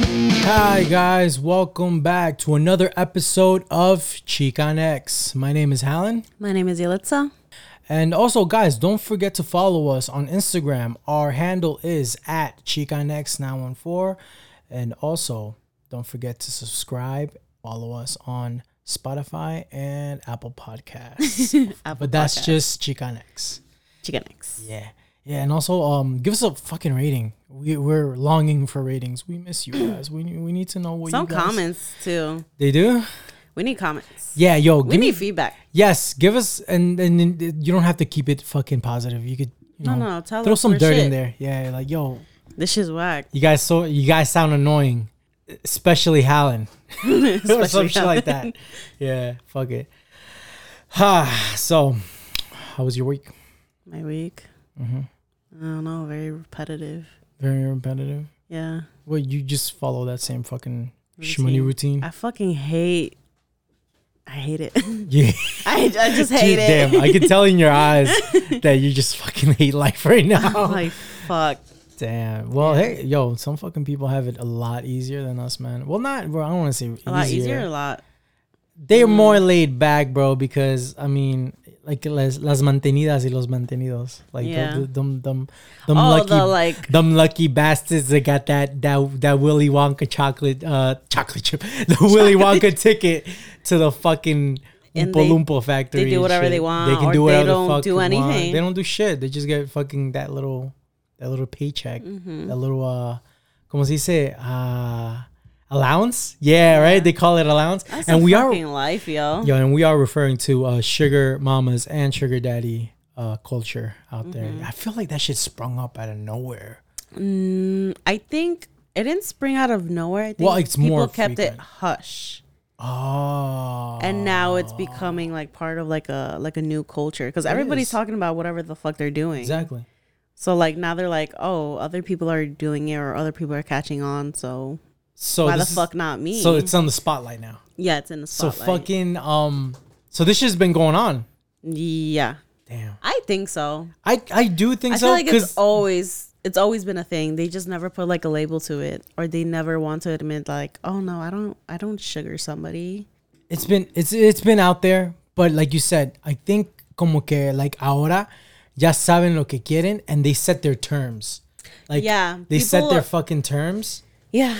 Hi, guys. Welcome back to another episode of Cheek on X. My name is Hallen. My name is Yelitsa. And also, guys, don't forget to follow us on Instagram. Our handle is at CheekOnX914. And also, don't forget to subscribe, follow us on Spotify and Apple Podcasts. Apple but that's Podcast. just Cheek on X. Chicken X. Yeah. Yeah, and also um, give us a fucking rating. We, we're longing for ratings. We miss you guys. We, we need to know what Some you guys. comments too. They do. We need comments. Yeah, yo, We give me need feedback. yes, give us, and and then you don't have to keep it fucking positive. You could you No, know, no, tell throw us some we're dirt in shit. there. Yeah, like yo, This is whack. you guys so you guys sound annoying, especially Hallen or some shit like that. Yeah, fuck it. Ha. so, how was your week? My week. Mm-hmm. I don't know. Very repetitive. Very repetitive. Yeah. Well, you just follow that same fucking shmoney Routine. routine. I fucking hate. I hate it. yeah, I, I just hate Dude, it. damn, I can tell in your eyes that you just fucking hate life right now. I'm like fuck. Damn. Well, hey, yo, some fucking people have it a lot easier than us, man. Well, not. Well, I don't want to say A lot easier. easier. Mm. A lot. They're more laid back, bro, because I mean, like las, las mantenidas y los mantenidos, like the- Yeah. the, them, them, them oh, lucky, the like. them lucky bastards that got that that that Willy Wonka chocolate, uh, chocolate chip, the Willy Wonka ticket to the fucking. And Oompa they- Loompa factory. and whatever shit. they want, or they don't do they want. anything. They don't do shit. They just get fucking that little, that little paycheck, Mm-hmm. that little, uh, como se dice, uh, allowance. Yeah, right. They call it allowance, That's and a we are, fucking life, yo. yo, and we are referring to uh, sugar mamas and sugar daddy uh, culture out Mm-hmm. there. I feel like that shit sprung up out of nowhere. Mm, I think it didn't spring out of nowhere. I think Well, it's people more kept frequent. it hush. Oh, and now it's becoming like part of like a like a new culture because everybody's is. talking about whatever the fuck they're doing exactly. so like now they're like oh other people are doing it or other people are catching on so So why the Oh, this is- fuck not me So it's on the spotlight now. yeah it's in the So spotlight fucking um. So this shit's been going on. yeah Damn. i think so I I do think i so feel like because it's always it's always been a thing they just never put like a label to it or they never want to admit like oh no i don't i don't sugar somebody it's been it's it's been out there, but like you said, I think como que like ahora ya saben lo que quieren and they set their terms. Like Yeah, they set people their are- fucking terms. yeah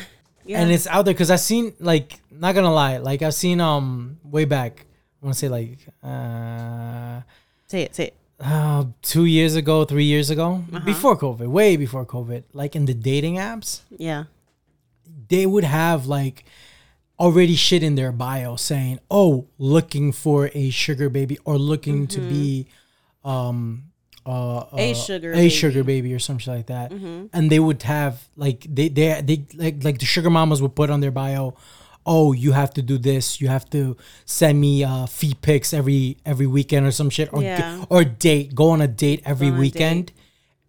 yeah and it's out there because I've seen like not gonna lie, like I've seen um way back. I want to say like uh, say it say it uh two years ago, three years ago, before COVID, way before COVID, like in the dating apps, yeah they would have like already shit in their bio saying, "Oh, looking for a sugar baby or looking to be um uh, uh, Mm-hmm. A sugar a baby. Mm-hmm. sugar baby or something like that." And they would have like they they they like like the sugar mamas would put on their bio, "Oh, you have to do this. You have to send me uh feet pics every every weekend or some shit or Yeah. or date, go on a date every on a weekend."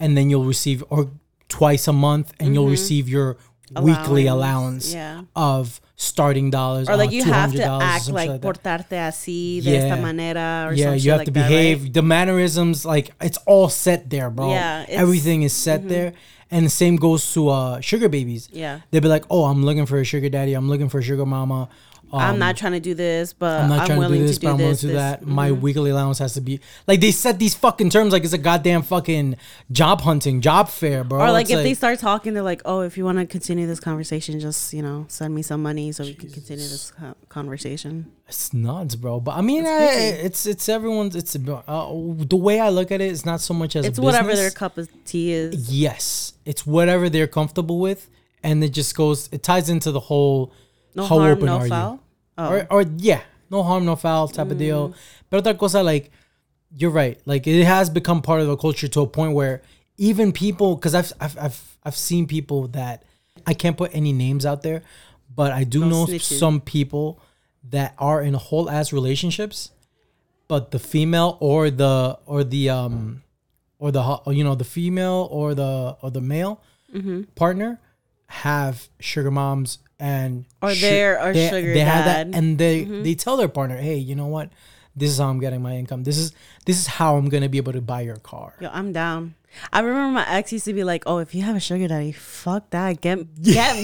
And then you'll receive or twice a month and you'll receive your weekly allowance Mm-hmm. yeah of starting dollars or like uh, you have to $200 or act something like, like that. portarte así de Yeah. esta manera or yeah some you shit have like to that, behave right? the mannerisms like it's all set there bro Yeah, it's- mm-hmm. everything is set there and the same goes to uh sugar babies Yeah. they'll be like oh i'm looking for a sugar daddy i'm looking for a sugar mama um, I'm not trying to do this, but I'm I'm, not trying to willing do this, but I'm willing to do this. Mm-hmm. that. My weekly allowance has to be like they set these fucking terms like it's a goddamn fucking job hunting, job fair, bro. Or like It's if they start talking, they're like, "Oh, if you want to continue this conversation, just you know, send me some money so we can continue this co- conversation." It's nuts, bro. But I mean, I, it's it's everyone's. It's uh, the way I look at it. It's not so much as It's a whatever their business. cup of tea is. Yes, it's whatever they're comfortable with, and it just goes. It ties into the whole. No how harm, open no are foul. you? Oh, Or, or yeah, no harm, no foul type of deal. But otra cosa, like you're right. Like it has become part of the culture to a point where even people, because I've, I've I've I've seen people that I can't put any names out there, but I do know snitching. some people that are in whole ass relationships, but the female or the or the um or the hu- or, you know the female or the or the male Mm-hmm. partner have sugar moms and Or su- they're- or they- sugar they have that dad. Mm-hmm. and they they tell their partner hey you know what this is how i'm getting my income this is this is how i'm gonna be able to buy your car yo, I'm down. I remember my ex used to be like, "Oh, if you have a sugar daddy, fuck that. Get get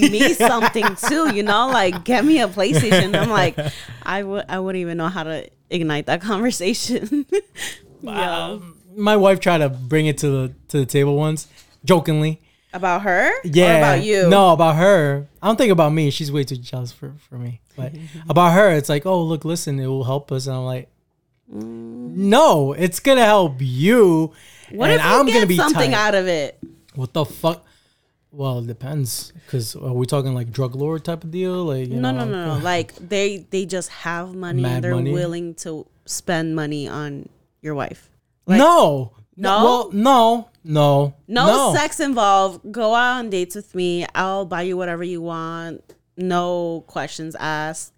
me something too. You know, like get me a PlayStation." I'm like, I would I wouldn't even know how to ignite that conversation. yeah, My wife tried to bring it to the to the table once, jokingly. about her. Yeah. or about you. No, about her. I don't think about me. She's way too jealous for, for me. But about her, it's like, oh, look, listen, it will help us. And I'm like, no, it's going to help you. What and if I'm you gonna get be something tired. out of it? What the fuck? Well, it depends. Because are we talking like drug lord type of deal? Like, you No, know, no, like- no, no. Like they they just have money Mad and they're money? willing to spend money on your wife. no. No? Well, no. No. No, sex involved. Go out on dates with me. I'll buy you whatever you want. No questions asked.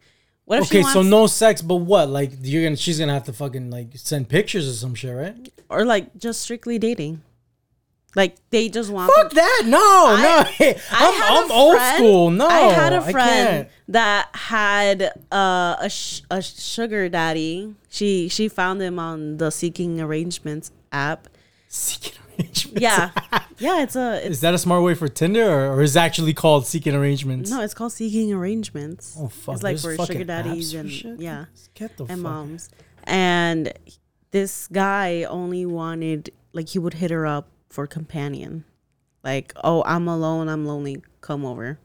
What if Okay, she wants so no sex, but what? Like you're gonna, she's gonna have to fucking like send pictures or some shit, right? or like just strictly dating? Like they just want Fuck that! No, no, Um, I had a I'm, I'm old friend- school. No, I had a can't. friend that had uh, a sh- a sugar daddy. She she found him on the seeking arrangements app. Seeking arrangements. Yeah, yeah. It's a it's Is that a smart way for Tinder, or, or is it actually called seeking arrangements? no. It's called seeking arrangements. Oh fuck! It's like there's for fucking sugar daddies apps for and shit? yeah. Get the and fuck. moms. And this guy only wanted like he would hit her up for companion. Like, oh, I'm alone, I'm lonely, come over.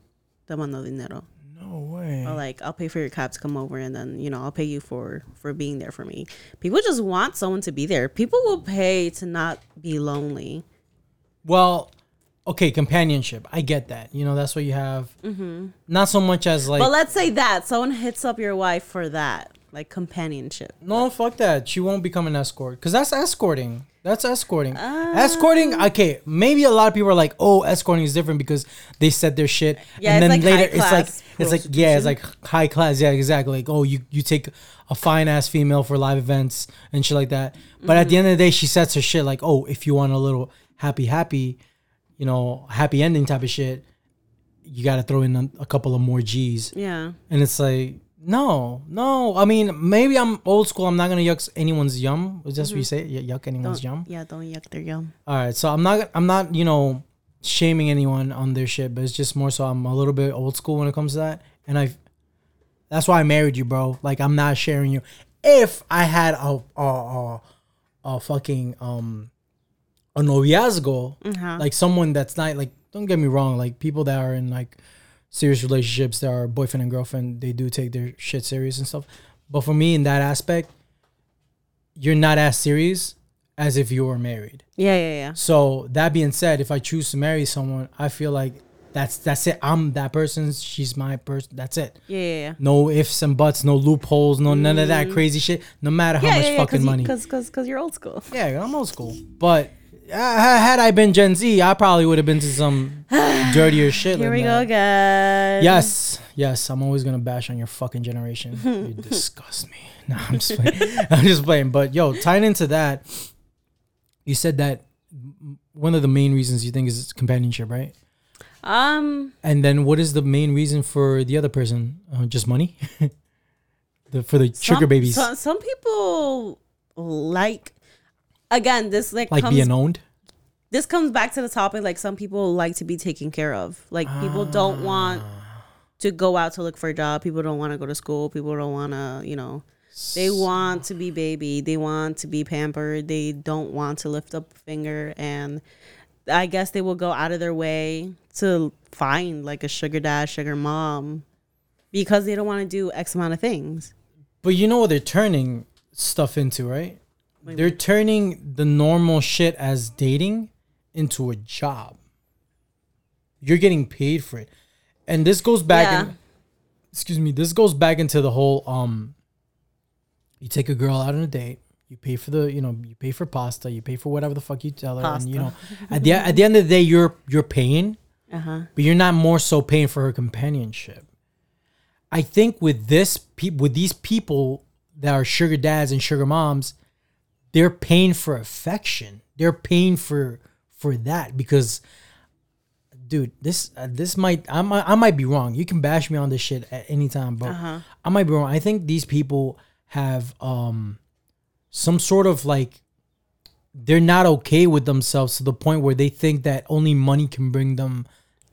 Te mando dinero. No way. Or like, I'll pay for your cab to come over and then, you know, I'll pay you for for being there for me. People just want someone to be there. People will pay to not be lonely. Well, okay, companionship. I get that. You know, that's what you have. Mm-hmm. Not so much as like. But let's say that someone hits up your wife for that, like companionship. no, fuck that. She won't become an escort because that's escorting. That's escorting. Ah. escorting. Okay, maybe a lot of people are like, "Oh, escorting is different because they said their shit." Yeah, and it's then like later, it's like high-class it's like yeah, it's like high class. Yeah, exactly. Like oh, you you take a fine ass female for live events and shit like that. But at Mm-hmm. the end of the day, she sets her shit like, "Oh, if you want a little happy, happy, you know, happy ending type of shit, you got to throw in a, a couple of more G's." Yeah. And it's like, no, no. I mean, maybe I'm old school. I'm not gonna yuck anyone's yum. Is that what you say? Y- yuck anyone's yum. Yeah, don't yuck their yum. All right. So I'm not. I'm not. You know, shaming anyone on their shit, but it's just more so I'm a little bit old school when it comes to that. And I, that's why I married you, bro. Like I'm not sharing you. If I had a a a, a fucking um a noviazgo, Uh-huh. like someone that's not like don't get me wrong like people that are in like serious relationships that are boyfriend and girlfriend they do take their shit serious and stuff but for me in that aspect you're not as serious as if you were married Yeah, yeah, yeah. so that being said if i choose to marry someone i feel like that's that's it i'm that person she's my person that's it Yeah, yeah, yeah. no ifs and buts no loopholes no none of that crazy shit no matter how much fucking money Because because because you're old school. yeah, I'm old school. But uh, had I been Gen Z, I probably would have been to some dirtier shit. Here like we that. go again. Yes, yes. I'm always gonna bash on your fucking generation. you disgust me. No, I'm just playing. I'm just playing. But yo, tying into that, you said that one of the main reasons you think is companionship, right? Um. And then what is the main reason for the other person? Uh, just money. the for the sugar some- babies, Some, some people like. Again, this like, like comes being owned. this comes back to the topic. Like some people like to be taken care of. Like people don't want to go out to look for a job. People don't want to go to school. People don't want to you know. They want to be baby. They want to be pampered. They don't want to lift up a finger. And I guess they will go out of their way to find like a sugar dad, sugar mom, because they don't want to do X amount of things. But you know what they're turning stuff into, right? they're turning the normal shit as dating into a job. You're getting paid for it. And this goes back Yeah. in- excuse me, this goes back into the whole um you take a girl out on a date, you pay for the, you know, you pay for pasta, you pay for whatever the fuck you tell her and you know, at the at the end of the day you're you're paying Uh huh. but you're not more so paying for her companionship. I think with this pe- with these people that are sugar dads and sugar moms, they're paying for affection. They're paying for for that because dude, this uh, this might I might I might be wrong. You can bash me on this shit at any time, but I might be wrong. I think these people have um some sort of like they're not okay with themselves to the point where they think that only money can bring them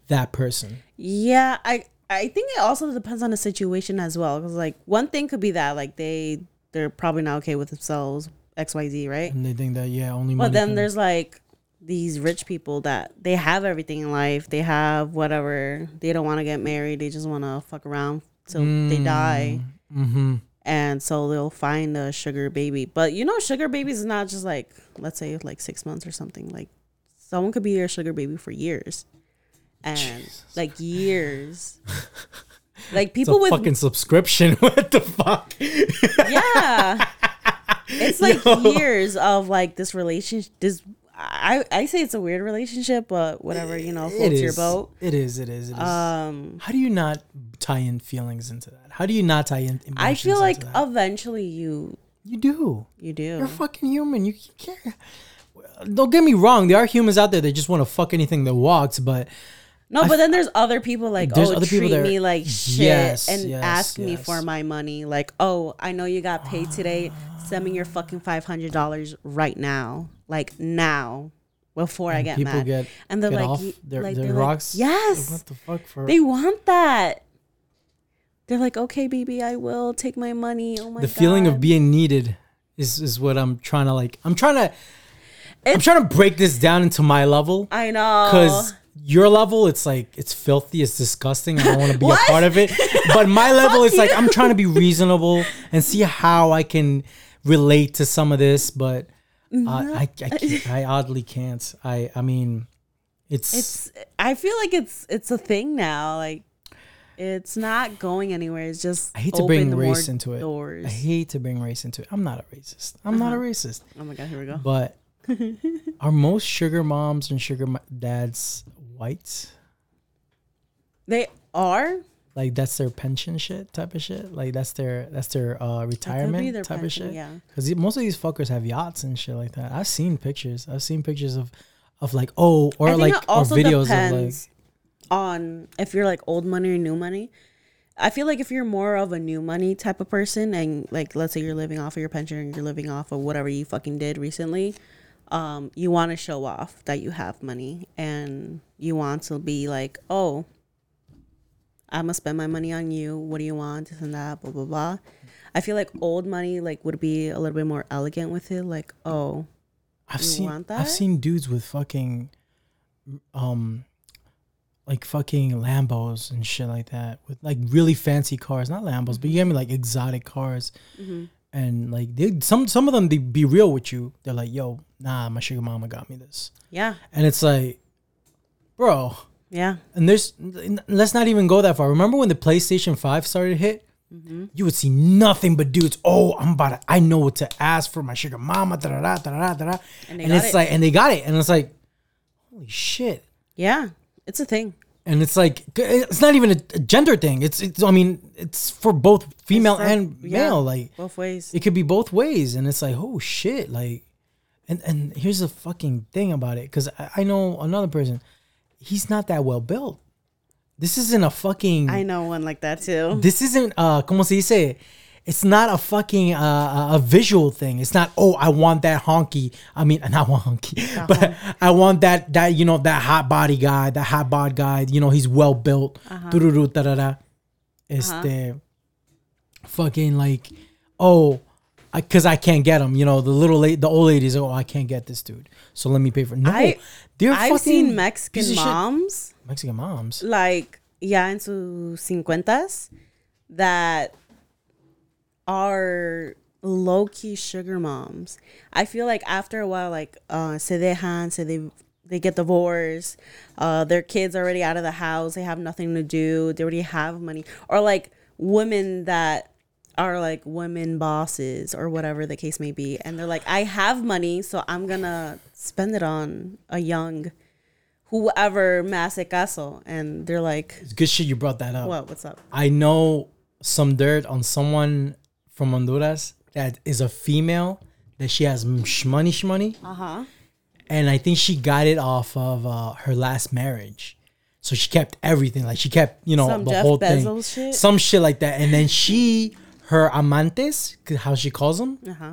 that person. Yeah, I I think it also depends on the situation as well. Because like one thing could be that like they they're probably not okay with themselves X Y Z right. And they think that yeah, only money But then can- there's like these rich people that they have everything in life. They have whatever. They don't want to get married. They just want to fuck around till they Mm, die. mm-hmm. And so they'll find a sugar baby. But you know, sugar babies is not just like let's say like six months or something. Like someone could be your sugar baby for years, and like years. Like it's a people with fucking subscription. what the fuck? yeah it's like years of like this relationship this I, I say it's a weird relationship but whatever you know It floats is. your boat It is. It is. It is. um How do you not tie in feelings into that? How do you not tie in? Emotions i feel into like that? eventually you you do. you You're do fucking human. You can't. Don't get me wrong. There are humans out there that just want to fuck anything that walks, but no but then there's other people like There's oh other people treat that are- me like shit Yes, and yes, ask me yes. for my money like oh i know you got paid today send me your fucking $500 right now like now before i get people mad get and they're get like, off y- their, like, their they're like, rocks. yes What the fuck for? They want that. They're like, okay, baby, I will take my money. Oh my the feeling God. of being needed is is what I'm trying to like. I'm trying to. I'm trying to break this down into my level I know. because your level, it's like it's filthy, it's disgusting. I don't want to be a What? part of it. But my level, it's like I'm trying to be reasonable and see how I can relate to some of this. But uh, I, I, can't, I oddly can't. I, I mean, it's it's, I feel like it's it's a thing now. Like, it's not going anywhere. It's just I hate to bring open more race into it. Doors. I hate to bring race into it. I'm not a racist. I'm not a racist. oh my God, here we go. But are most sugar moms and sugar mo- dads white? They are Like that's their pension shit type of shit. Like that's their that's their uh, retirement their type of pension, shit. yeah. Because most of these fuckers have yachts and shit like that. I've seen pictures. I've seen pictures of of like oh or I think like it also or videos depends on if you're like old money or new money. I feel like if you're more of a new money type of person, and like let's say you're living off of your pension and you're living off of whatever you fucking did recently, um, you want to show off that you have money and you want to be like, oh, I'm gonna spend my money on you. What do you want? This and that, blah blah blah. I feel like old money like would be a little bit more elegant with it, like oh, like I've You seen want I've that? seen dudes with fucking um like fucking Lambos and shit like that with like really fancy cars, not Lambos, but you get me like exotic cars. Mm-hmm. And like they some some of them they be real with you. They're like, "Yo, nah, my sugar mama got me this," yeah, and it's like, bro. yeah, And there's n- let's not even go that far. Remember when the PlayStation Five started to hit? Mm-hmm. You would see nothing but dudes. Oh, I'm about to. I know what to ask for my sugar mama. Da da da da da da. And, they and got it's it. like, and they got it, and it's like, holy shit. yeah. It's a thing. And it's like, it's not even a a gender thing. It's, it's. I mean, it's for both female for- and yeah. male. Like, both ways. it could be both ways and it's like oh shit like and and here's the fucking thing about it because I, I know another person he's not that well built this isn't a fucking I know one like that too. this isn't uh como se dice it's not a fucking uh, a- a visual thing it's not oh i want that honky i mean not want honky but i want that that you know that hot body guy that hot bod guy you know he's well built Uh-huh. Tururu, tarara. este fucking like oh because I, can't get him you know the little la- the old ladies oh i can't get this dude so let me pay for no I- they're I've fucking seen piece Mexican of shit- moms mexican moms like yeah in sus cincuentas that are low key sugar moms. I feel like after a while, like uh, se dejan, se they they get divorced. Uh, their kids already out of the house. They have nothing to do. They already have money, or like women that are like women bosses or whatever the case may be, and they're like, I have money, so I'm gonna spend it on a young. Whoever me hace caso, and they're like, it's good shit you brought that up "What? What's up?" I know some dirt on someone from Honduras that is a female that she has m- shmoney shmoney, Uh huh. and I think she got it off of uh, her last marriage. So she kept everything, like she kept you know Some the Jeff whole thing, Bezos shit? some shit like that. And then she, her amantes, c- how she calls them, Uh huh.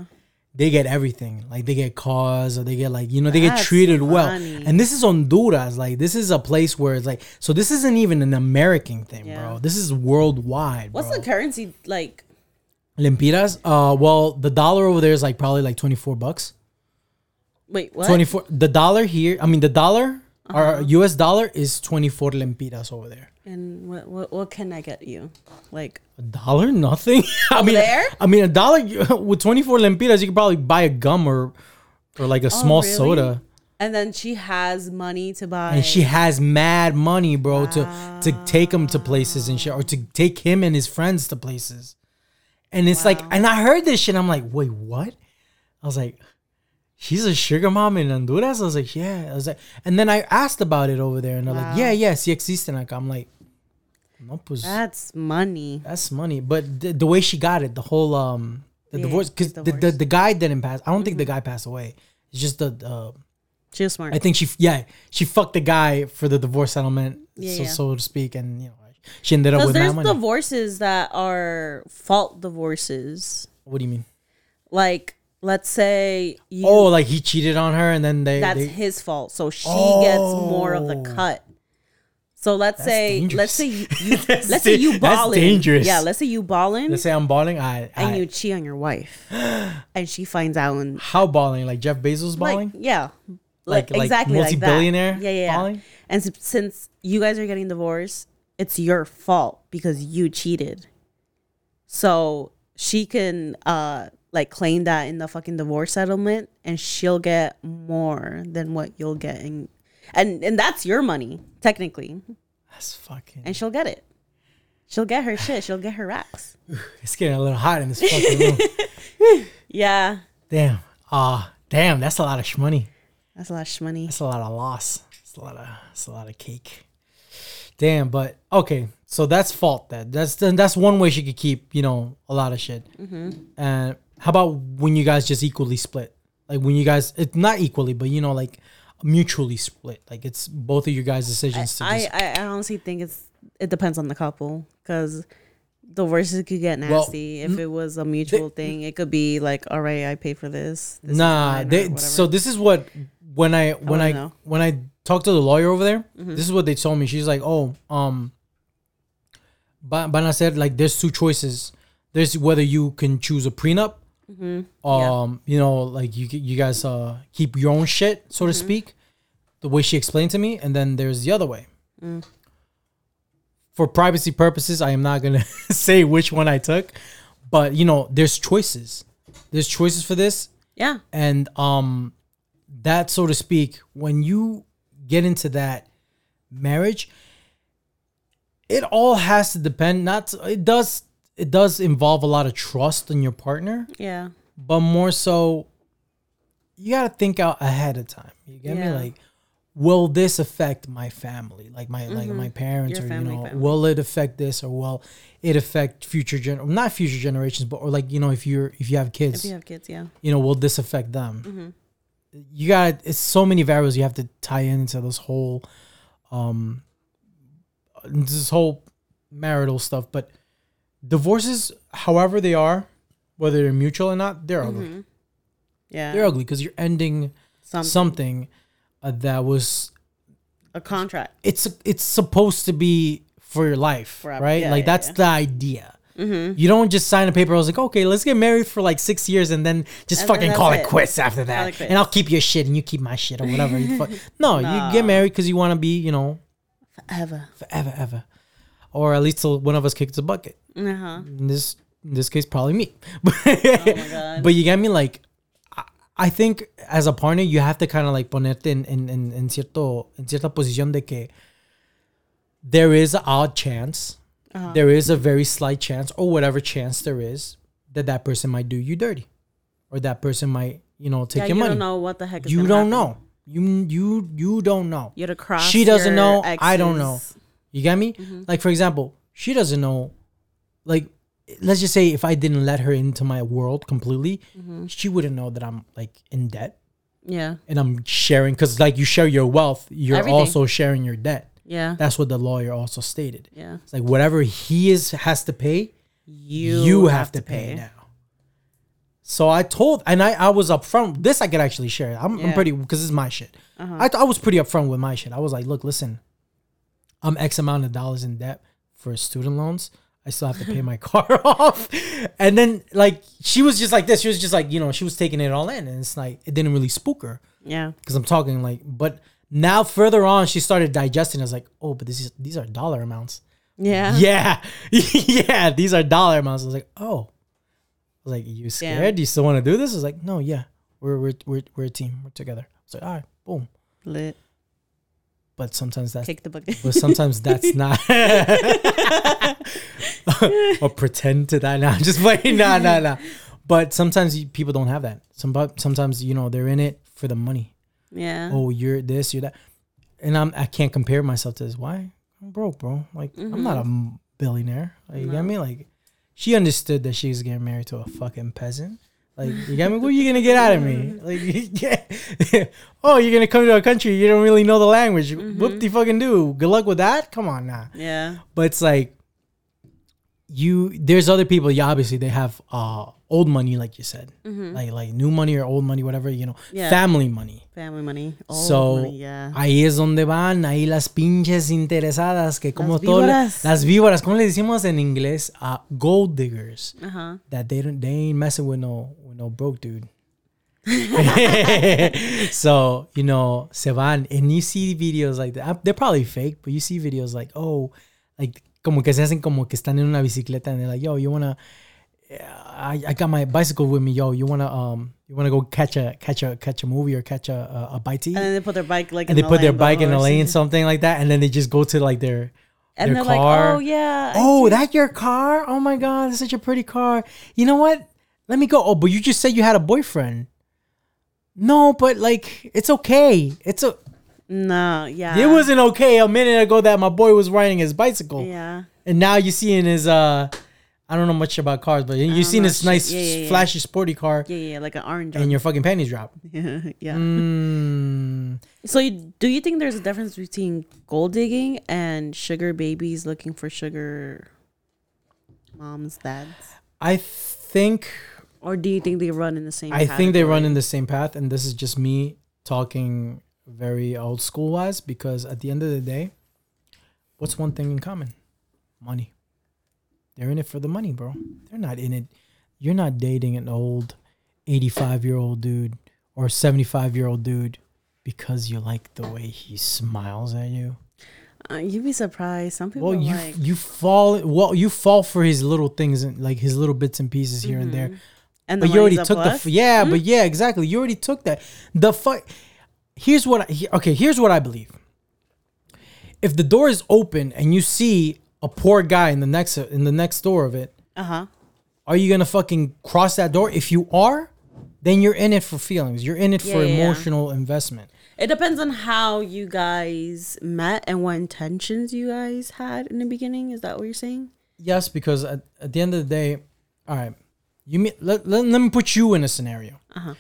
they get everything. Like they get cars or they get like you know they get That's treated well. funny. And this is Honduras. Like this is a place where it's like so this isn't even an American thing, Yeah. bro. This is worldwide. What's bro. the currency like? Limpiras? Uh, well, the dollar over there is like probably like twenty four bucks. Wait, what? Uh-huh. Twenty four. The dollar here, I mean, the dollar, our U.S. dollar is twenty four lempiras over there. And what, what what can I get you? Like A dollar, nothing. I mean, there? I mean, a dollar you- with twenty four lempiras, you could probably buy a gum or, or like a small Oh, really? soda. and then she has money to buy. And she has mad money, bro, to to take him to places and shit, or to take him and his friends to places. And it's like, and I heard this shit, I'm like, wait, what? I was like, she's a sugar mom in Honduras. I was like, yeah. I was like, and then I asked about it over there, and they're like, yeah, yeah, si existen acá. I'm like, no, pues, That's money. that's money. But the, the way she got it, the whole um, the Yeah, divorce, because the, the divorce. Mm-hmm. the guy didn't pass. I don't think the guy passed away. It's just the uh, She was smart. I think she f- yeah she fucked the guy for the divorce settlement, Yeah, so yeah. so to speak, and you know she ended up Because with that there's money. divorces that are fault divorces. what do you mean? Like let's say you Oh, like he cheated on her, and then they, that's they his fault. So she gets more of the Oh. cut. So let's say dangerous. let's say you, you- That's let's say da- you that's ballin. dangerous. Yeah, let's say you ballin let's say I'm balling. I, I and you cheat on your wife, and she finds out and how balling like Jeff Bezos balling. like yeah, Like- like, like exactly like that. multi-billionaire Yeah, yeah. yeah. balling? And s- since you guys are getting divorced, it's your fault because you cheated. So she can uh like claim that in the fucking divorce settlement, and she'll get more than what you'll get in. And, and that's your money technically, that's fucking. and she'll get it. She'll get her shit. She'll get her racks. It's getting a little hot in this fucking room. Yeah, Damn. Ah, damn. That's a lot of money. that's a lot of money. That's a lot of loss. It's a lot of it's a lot of cake. Damn, but okay, so that's fault. That that's then that's one way she could keep you know a lot of shit. And how about when you guys just equally split? Like when you guys, it's not equally, but you know, like mutually split. Like it's both of you guys' decisions to I, just. I, I honestly think it's it depends on the couple because divorces could get Well, nasty if it was a mutual thing it could be like all right i pay for this, this is nah, mine," or they, whatever. so this is what when I when wanna I, know. Mm-hmm. when I talked to the lawyer over there, this is what they told me. She's like, oh, um, Ba- Bana said like there's two choices. There's whether you can choose a prenup, Mm-hmm. um, you know, like you you guys uh keep your own shit, so Mm-hmm. to speak, the way she explained to me, and then there's the other way. Mm. For privacy purposes, I am not gonna say which one I took, but you know, there's choices. There's choices for this, yeah and um that so to speak when you get into that marriage it all has to depend not to- it does it does involve a lot of trust in your partner yeah but more so you got to think out ahead of time you get me Yeah. like will this affect my family like my like my parents Mm-hmm. Your or family, you know family. will it affect this or will it affect future gen not future generations but or like you know if you're if you have kids if you have kids yeah you know, will this affect them? You got it's so many variables you have to tie into this whole, um, this whole marital stuff. But divorces, however they are, whether they're mutual or not, they're ugly. yeah They're ugly because you're ending some, something uh, that was a contract it's it's supposed to be for your life, Forever. right? Yeah, like yeah, that's yeah. Mm-hmm. the idea. You don't just sign a paper. I was like, okay, let's get married for like six years and then just And then fucking that's call it, it. quits after Call that. it quits. And I'll keep your shit and you keep my shit or whatever. You fuck- no, you get married because you want to be, you know, ever forever, ever, or at least till one of us kicks the bucket. uh-huh In this in this case, probably me. Oh God. But you get me, like. I- I think as a partner you have to kind of like ponerte en, en, en, en cierto en cierta posición de que there is a odd chance, Uh-huh. there is a very slight chance, or whatever chance there is that that person might do you dirty, or that person might you know take yeah you your money. don't know what the heck is you gonna don't know. happen. You you you don't know. you had to cross She doesn't know. your I don't know. exes. You get me? Like for example, she doesn't know. Like, let's just say if I didn't let her into my world completely, she wouldn't know that I'm like in debt yeah and I'm sharing because like you share your wealth, you're Everything. also sharing your debt. yeah That's what the lawyer also stated. yeah It's like whatever he is has to pay, you you, have, to pay, now. So I told, and I, I was upfront. This I could actually share. I'm, I'm Yeah. Uh-huh. pretty, because it's my shit. I, th- I was pretty upfront with my shit. I was like, look, listen, I'm X amount of dollars in debt for student loans. I still have to pay my car off. And then, like, she was just like this. She was just like, you know, she was taking it all in. And it's like, it didn't really spook her Yeah. because I'm talking like, but now further on, she started digesting. I was like, oh, but this is, these are dollar amounts Yeah. yeah, yeah, these are dollar amounts. I was like, oh, I was like, you scared? Do you still want to do this? I was like, no, yeah, we're we're we're, we're a team. We're together. I was like, all right, boom. Lit. But sometimes that's Kick the bucket. but sometimes that's not. or pretend to that. Nah, I'm just playing. Nah, nah, nah. But sometimes you, people don't have that. Some sometimes you know they're in it for the money. yeah. Oh, you're this, you're that, and I'm I can't compare myself to this. Why? I'm broke, bro. Like I'm not a m- billionaire. Like, You get me? Like she understood that she was getting married to a fucking peasant. Like you get me? What are you gonna get out of me? Like yeah. oh, you're gonna come to a country you don't really know the language. Whoop the fucking do. Good luck with that. Come on now Yeah. but it's like you there's other people yeah obviously they have uh old money like you said like like new money or old money whatever you know Yeah. family money Family money. Oh, so money, yeah. ahí es donde van ahí las pinches interesadas que como todo le- víboras. las víboras como le decimos en inglés uh, gold diggers Uh huh. that they don't they ain't messing with no with no broke dude. so you know se van and you see videos like that. Ah, They're probably fake, but you see videos like oh, like como que se hacen como que están en una bicicleta and they're like yo you wanna. I, I got my bicycle with me, yo. You wanna um, you wanna go catch a catch a catch a movie or catch a a, a bite to eat? And then they put their bike like. and in they the put their Lambo bike in or a lane, something. something like that, and then they just go to like their And their they're car. like, oh yeah. I Oh, see." that your car? Oh my god, that's such a pretty car. You know what? Let me go. Oh, but you just said you had a boyfriend. No, but like it's okay. It's Ah. a No. Yeah. it wasn't okay a minute ago that my boy was riding his bicycle. Yeah. And now you see in his uh I don't know much about cars, but you seen know this shit. nice Yeah, yeah, yeah. flashy sporty car Yeah. Yeah. Like an orange. and your fucking panties drop. yeah. Mm, So you, do you think there's a difference between gold digging and sugar babies looking for sugar moms, dads? I think Or do you think they run in the same I think they run category? in the same path, and this is just me talking very old school wise because at the end of the day, what's one thing in common? Money. They're in it for the money, bro. They're not in it. You're not dating an old 85 year old dude or 75 year old dude because you like the way he smiles at you. Uh, you'd be surprised. Some people Well, are you like, you fall well you fall for his little things and like his little bits and pieces here and Mm-hmm. there. and But the you already money's took up Hmm? the us? f- yeah, but yeah, exactly. You already took that. The fuck. Here's what. I, he- okay, here's what I believe. If the door is open and you see a poor guy in the next in the next door of it, uh huh. are you gonna fucking cross that door? If you are, then you're in it for feelings. You're in it for Yeah, yeah, yeah. emotional investment. It depends on how you guys met and what intentions you guys had in the beginning. Is that what you're saying? Yes, because at, at the end of the day, all right, you mean let, let, let me put you in a scenario. Uh-huh.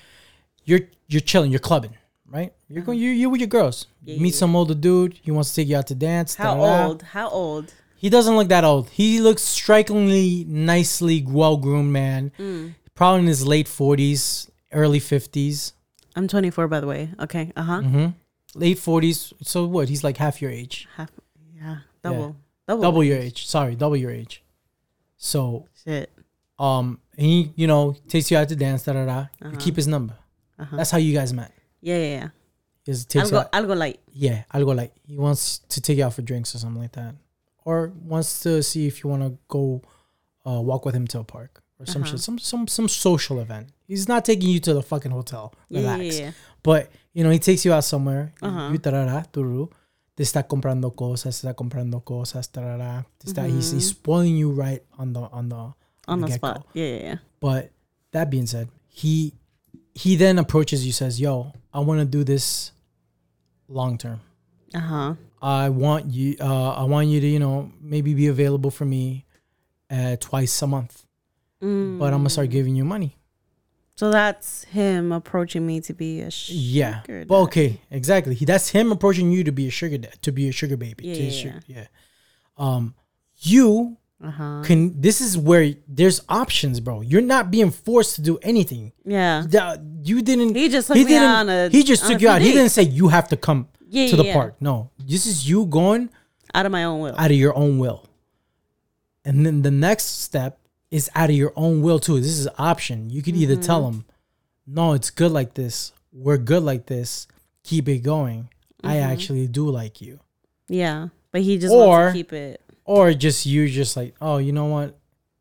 You're you're chilling, you're clubbing, right? You're Uh-huh. going you you with your girls. you meet some older dude, he wants to take you out to dance. How da-da-da. old? How old? He doesn't look that old. He looks strikingly nicely well groomed man. Mm. Probably in his late forties, early fifties. I'm 24, by the way. Okay. Uh huh. Mm-hmm. Late forties. So what? He's like half your age. Half. Yeah. Double. Double. Double your age. Sorry, double your age. So Shit. Um, and he, you know, takes you out to dance, da da da. Uh-huh. You keep his number. That's how you guys met. Yeah. Yeah. Yeah. Is I'll takes you go. out, I'll go light. yeah, I'll go like he wants to take you out for drinks or something like that, or wants to see if you want to go uh, walk with him to a park or some Uh-huh. shit, some some some social event. He's not taking you to the fucking hotel. Yeah, yeah, Relax. yeah. Uh-huh. But you know, he takes you out somewhere. You tarara, tururu. Te está comprando cosas, te está comprando cosas, tarara. Te está, Mm-hmm. he's, he's spoiling you right on the on the on, On the get-go. spot. Yeah. Yeah. Yeah. But that being said, he he then approaches you says, "Yo, I want to do this long term. Uh huh. I want you uh I want you to, you know, maybe be available for me uh twice a month. But I'm going to start giving you money." Mm. So that's him approaching me to be a sh- Yeah. Sugar Well, okay, exactly. He, that's him approaching you to be a sugar dad, to be a sugar baby. Yeah, to yeah, su- yeah. Um you Uh-huh. Can this is where there's options, bro. You're not being forced to do anything. Yeah. That- you didn't. He just took me didn't, on a- He just on took a you few out. He didn't dates. say you have to come Yeah, to the yeah. park. No, this is you going Out of my own will. out of your own will. And then the next step is out of your own will too. This is an option. You could either tell Mm-hmm. them, "No, it's good like this. We're good like this. Keep it going. I Mm-hmm. actually do like you." yeah. But he just Or- wants to keep it. Or just you just like, "Oh, you know what?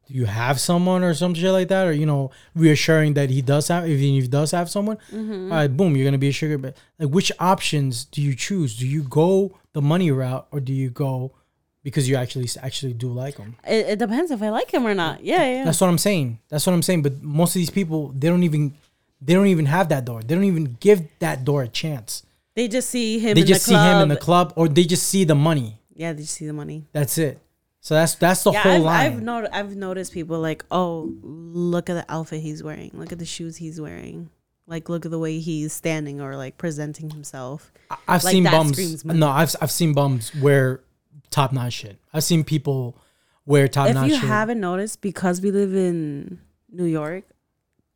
Do you have someone or some shit like that?" Or you know, reassuring that he does have if he does have someone. Mm-hmm. All right, boom, you're going to be a sugar ba- Like which options do you choose? Do you go the money route or do you go because you actually actually do like them? it. It depends if I like him or not. Yeah, yeah. That's what I'm saying. That's what I'm saying. But most of these people, they don't even, they don't even have that door. They don't even give that door a chance. They just see him. They in just the see club. him in the club, or they just see the money. Yeah, they just see the money. That's it. So that's that's the Yeah, whole I've, line. I've, not, I've noticed people like, oh, look at the outfit he's wearing. Look at the shoes he's wearing. Like, look at the way he's standing or like presenting himself. I- I've like seen that bums. screams No, I've I've seen bums wear top notch shit. I've seen people wear top if notch you shit. haven't noticed, because we live in New York,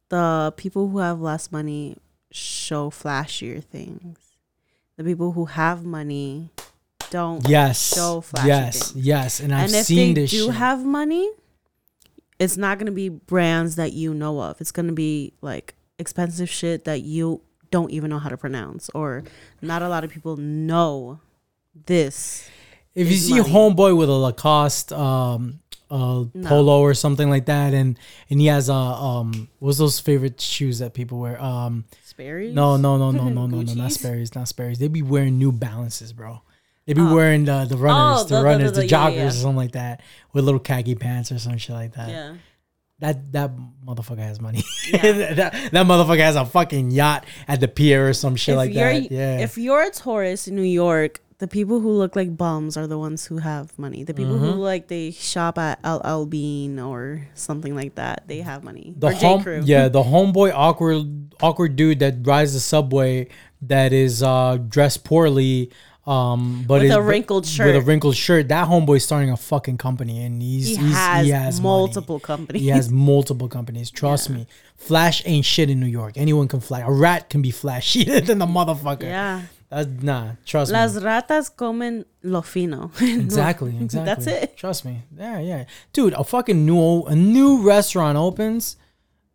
the people who have less money show flashier things. The people who have money don't yes, show flashy yes, things. yes. And I've and if seen they this. do shit. have money, it's not gonna be brands that you know of. It's gonna be like expensive shit that you don't even know how to pronounce, or not a lot of people know this. if you is see money. homeboy with a Lacoste um uh polo or something like that and and he has a um what's those favorite shoes that people wear um Sperry? no no no no no no no not Sperry's not Sperry's they be wearing New Balances bro they be wearing the the runners Oh, the, the- the- runners the, the- the- yeah, joggers yeah. or something like that with little khaki pants or some shit like that Yeah. that that motherfucker has money Yeah. that, that motherfucker has a fucking yacht at the pier or some shit if like you're that yeah if you're a tourist in New York, the people who look like bums are the ones who have money. The people Mm-hmm. who like they shop at LL Bean or something like that, they have money. the or home, J Crew. yeah, the homeboy awkward awkward dude that rides the subway that is uh dressed poorly, um, but With is- a wrinkled with a shirt. wrinkled shirt. That homeboy's starting a fucking company, and he's, He he's- has, he has money. multiple companies. He has multiple companies. Trust me, Flash ain't shit in New York. Anyone can flash. A rat can be flashier than the motherfucker. yeah. That's, nah, trust me. Las ratas comen lo fino. Exactly, exactly. That's it. Trust me. Yeah, yeah. Dude, a fucking new a new restaurant opens,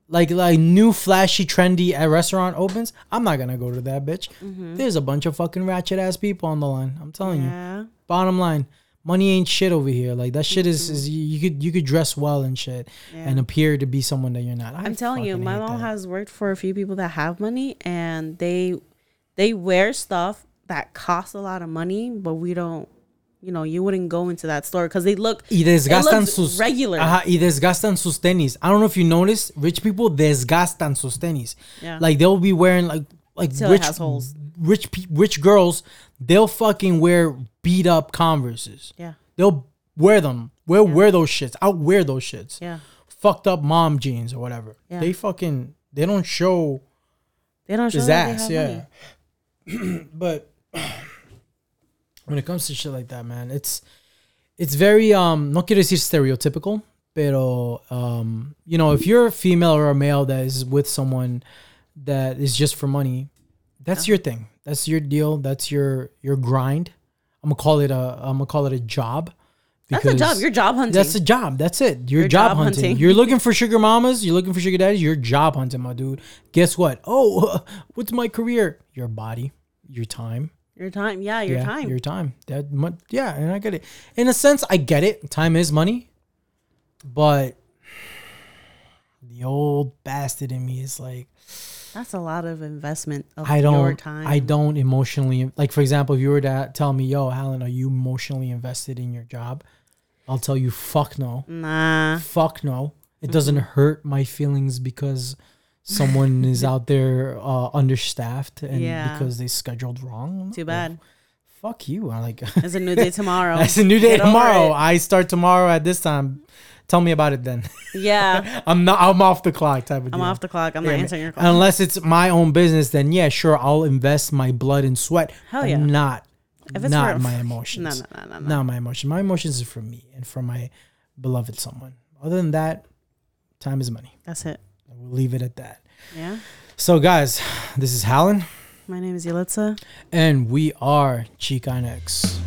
like like new flashy trendy uh, restaurant opens. I'm not gonna go to that bitch. There's a bunch of fucking ratchet ass people on the line. I'm telling you. Mm-hmm. yeah. Bottom line, money ain't shit over here. Like that shit is is you, you could you could dress well and shit and appear to be someone that you're not. I I'm telling you, fucking my hate mom that. has worked for a few people that have money and they they wear stuff that costs a lot of money, but we don't you know, you wouldn't go into that store because they look Y it desgastan looks sus regular. Ajá, y desgastan sus tenis. I don't know if you noticed, rich people desgastan sus tenis. Yeah. Like they'll be wearing like like Till it rich has holes. rich pe- rich girls, they'll fucking wear beat up Converses. Yeah. They'll wear them. Wear wear those shits. I'll wear those shits. Yeah. Fucked up mom jeans or whatever. Yeah. They fucking they don't show They don't show his that they ass, have yeah. money. but when it comes to shit like that, man, it's it's very um no quiero decir stereotypical, pero um you know if you're a female or a male that is with someone that is just for money, Uh-huh. that's your thing. That's your deal. That's your your grind. I'm gonna call it a I'm gonna call it a job. That's a job. because- You're job hunting. that's a job. That's it. You're, You're job, job hunting. hunting. You're looking for sugar mamas. You're looking for sugar daddies. You're job hunting, my dude. Guess what? Oh, what's my career? Your body, your time. your time. Yeah, your yeah, time. Your time. That mon- yeah, and I get it. In a sense, I get it. Time is money. But the old bastard in me is like, That's a lot of investment of I don't your time. I don't emotionally like for example, if you were to tell me, yo, Alan, are you emotionally invested in your job? I'll tell you fuck no. nah. fuck no it doesn't hurt my feelings because someone is out there uh, understaffed and Yeah. because they scheduled wrong Too No, bad. fuck you i like It's a new day tomorrow. that's a new day Get over tomorrow i it. start tomorrow at this time tell me about it then Yeah. i'm not i'm off the clock type of I'm off the clock. I'm not answering your call. unless it's my own business then yeah sure i'll invest my blood and sweat but Hell yeah. not If it's not for- my No, emotions no, no, no, no. not my emotions my emotions are for me and for my beloved someone. Other than that, time is money. That's it. We'll leave it at that. Yeah. So, guys, this is Hallen, My name is Yelitza. and we are Cheek on X.